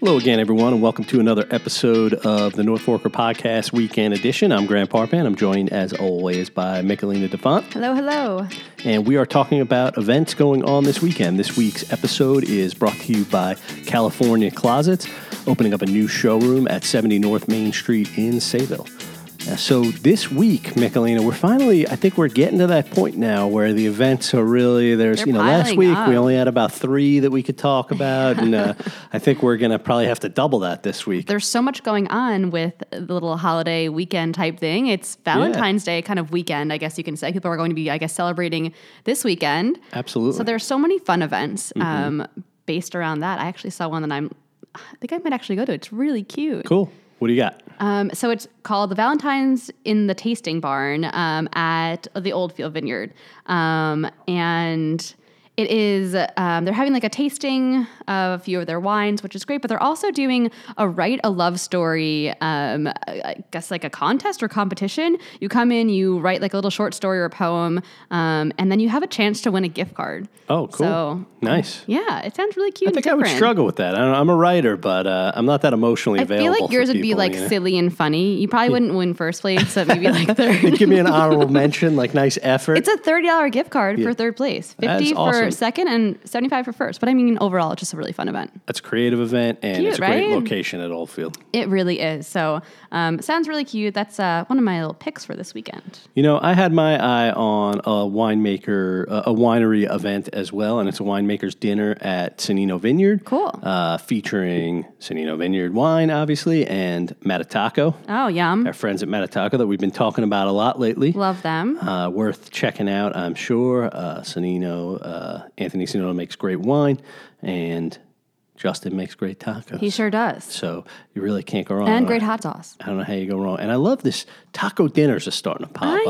Hello again, everyone, and welcome to another episode of the North Forker Podcast Weekend Edition. I'm Grant Parpan. I'm joined, as always, by Michelina DeFont. Hello, hello. and we are talking about events going on this weekend. This week's episode is brought to you by California Closets, opening up a new showroom at 70 North Main Street in Sayville. Uh, So this week, Michelina, we're finally, I think we're getting to that point now where the events are really, there's, They're you know, last piling week up. we only had about three that we could talk about. and uh, I think we're going to probably have to double that this week. There's so much going on with the little holiday weekend type thing. It's Valentine's Day kind of weekend, I guess you can say. People are going to be, I guess, celebrating this weekend. Absolutely. So there's so many fun events um, based around that. I actually saw one that I'm, I think I might actually go to. It's really cute. cool. What do you got? Um, so it's called the Valentine's in the Tasting Barn um, at the Oldfield Vineyard, um, and it is um, they're having like a tasting of a few of their wines, which is great. But they're also doing a write a love story, um, I- I guess like a contest or competition. You come in, you write like a little short story or poem, um, and then you have a chance to win a gift card. Oh, cool. So- nice. Yeah, it sounds really cute. I think I would struggle with that. I don't know, I'm a writer, but uh, I'm not that emotionally I available. feel like yours for would be people, like you know? silly and funny. You probably wouldn't win first place, so maybe like third. Give me an honorable mention, like nice effort. It's a thirty dollar gift card for third place, That's fifty awesome. for second, and seventy five for first. But I mean, overall, it's just a really fun event. That's a creative event, and Cute, it's a great right? location at Oldfield. It really is. So um, sounds really cute. That's uh, one of my little picks for this weekend. You know, I had my eye on a winemaker, uh, a winery event as well, and it's a winemaker's dinner at Sonino Vineyard. Cool. Uh, featuring Sonino Vineyard wine, obviously, and Matataco, Oh, yum! our friends at Matataco that we've been talking about a lot lately. Love them. uh, worth checking out, I'm sure. Uh, Sonino, uh, Anthony Sonino makes great wine, and Justin makes great tacos. He sure does, so you really can't go wrong. and I don't great hot sauce. I don't know how you go wrong. And I love this taco dinners are starting to pop I up.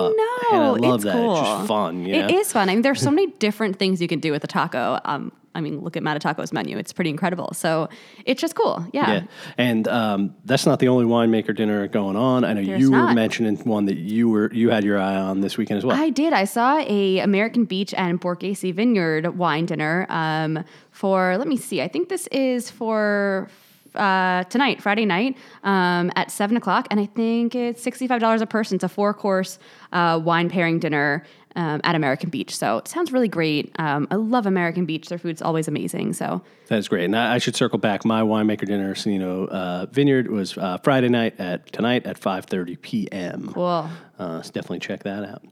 know. And I love it's that. Cool. It's just fun. You know? It is fun. I mean, there's so many different things you can do with a taco. Um, I mean, look at Matataco's menu. It's pretty incredible. So it's just cool. Yeah. And um, that's not the only winemaker dinner going on. I know you were not. mentioning one that you were you had your eye on this weekend as well. I did. I saw a American Beach and Borghese Vineyard wine dinner um, for. Let me see. I think this is for. Uh, tonight, Friday night, um, at seven o'clock, and I think it's sixty-five dollars a person. It's a four-course uh, wine pairing dinner um, at American Beach, so it sounds really great. Um, I love American Beach; their food's always amazing. So That's great. And I, I should circle back. My winemaker dinner, Sonino uh, Vineyard, was uh, Friday night at tonight at 5.30 p.m. cool. Uh, so definitely check that out.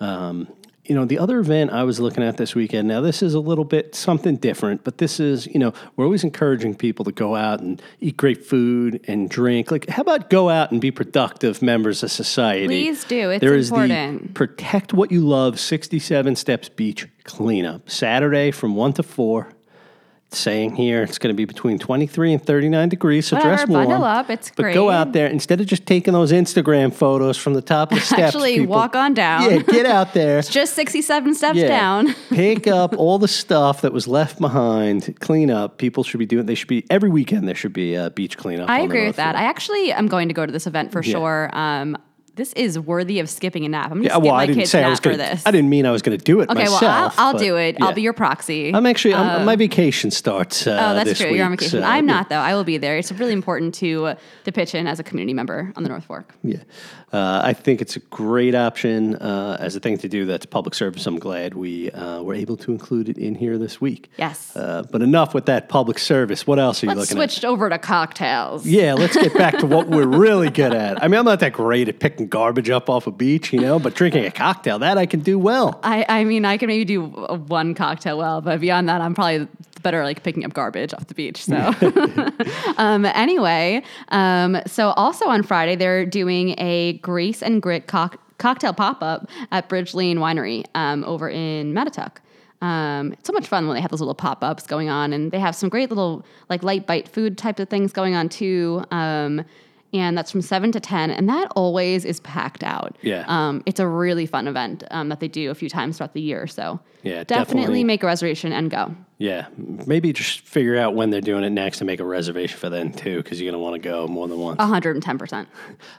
Um, you know, the other event I was looking at this weekend, now this is a little bit something different, but this is, you know, we're always encouraging people to go out and eat great food and drink. Like, how about go out and be productive members of society? Please do. It's There is the important. Protect What You Love 67 Steps Beach Cleanup, Saturday from 1 to 4. It's saying here it's going to be between 23 and 39 degrees, so Whatever, dress warm. bundle up, it's but go great. out there instead of just taking those Instagram photos from the top of the steps. Actually, people- walk on down. Yeah, get out there. Just sixty-seven steps Yeah. down. Pick up all the stuff that was left behind. Clean up. People should be doing. They should be every weekend. There should be a beach cleanup. on I the agree road with that. for- I actually am going to go to this event for Yeah. sure. Um, this is worthy of skipping a nap. I'm going to Yeah, skip well, my I didn't kids say I nap was for going. this. I didn't mean I was going to do it okay, myself. well, I'll, I'll but do it. yeah. I'll be your proxy. I'm actually. I'm, my vacation starts. Uh, oh, that's this uh, true. You're on week, vacation. so, I'm yeah. not though. I will be there. It's really important to uh, to pitch in as a community member on the North Fork. Yeah, uh, I think it's a great option uh, as a thing to do. That's public service. I'm glad we uh, were able to include it in here this week. Yes. Uh, but enough with that public service. What else are you Let's looking switch over to cocktails. at? Yeah, let's get back to what we're really good at. I mean, I'm not that great at picking garbage up off a beach, you know, but drinking a cocktail that I can do well. I, I mean, I can maybe do w- one cocktail well, but beyond that, I'm probably better like picking up garbage off the beach. So, um, anyway, um, so also on Friday, they're doing a Grace and Grit cock- cocktail pop up at Bridge Lane Winery um, over in Matatuck. Um, it's so much fun when they have those little pop ups going on, and they have some great little like light bite food type of things going on too. Um, and that's from seven to ten, and that always is packed out. Yeah. Um, it's a really fun event um, that they do a few times throughout the year. So Yeah, definitely, definitely. make a reservation and go. Yeah, maybe just figure out when they're doing it next and make a reservation for then too, because you're gonna want to go more than once. 110%.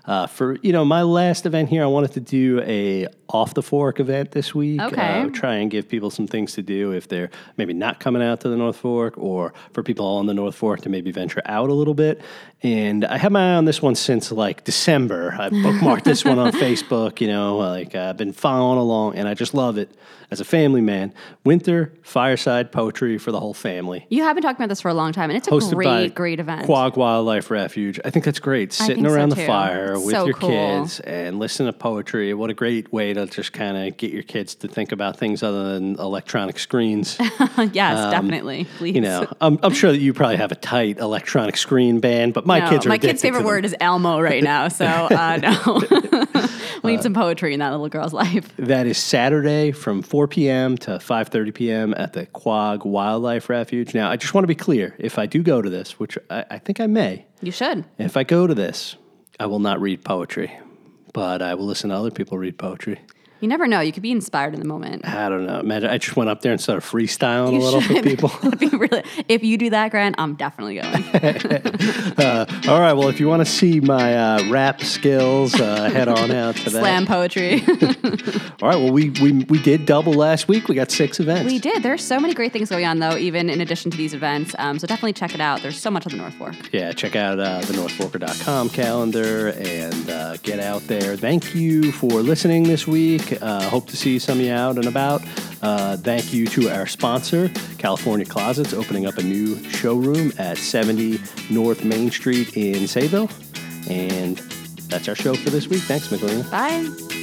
Uh, for you know, my last event here, I wanted to do a off the fork event this week. Okay. Uh, try and give people some things to do if they're maybe not coming out to the North Fork, or for people on the North Fork to maybe venture out a little bit. And I had my eye on this one since like December. I bookmarked this one on Facebook. You know, like I've been following along, and I just love it as a family man. Winter fireside poetry for the whole family. You have been talking about this for a long time, and it's a Hosted by great, great event. Quag Wildlife Refuge. I think that's great. Sitting think so, around the too. fire It's with so your cool. kids and listen to poetry. What a great way to just kind of get your kids to think about things other than electronic screens. yes, definitely. Please. um, you know, I'm, I'm sure that you probably have a tight electronic screen ban, but my No, kids are my kid's addicted to favorite them. word is Elmo right now, so uh, no. we Uh, need some poetry in that little girl's life. That is Saturday from 4 p.m. to 5:30 p.m. at the Quag Wildlife Refuge. Now, I just want to be clear: if I do go to this, which I, I think I may, You should. If I go to this, I will not read poetry, but I will listen to other people read poetry. You never know. You could be inspired in the moment. I don't know. Imagine I just went up there and started freestyling a You little for should. people. That'd be really, if you do that, Grant, I'm definitely going. All right. Well, if you want to see my uh, rap skills, uh, head on out to that. Slam poetry. All right. Well, we, we we did double last week. We got six events. we did. There's so many great things going on, though, even in addition to these events. Um, so definitely check it out. There's so much on the North Fork. Yeah, check out uh, the northforker.com calendar and uh, get out there. Thank you for listening this week. Uh, hope to see some of you out and about. Uh, thank you to our sponsor, California Closets, opening up a new showroom at 70 North Main Street in Sayville. And that's our show for this week. Thanks, Magdalena. Bye.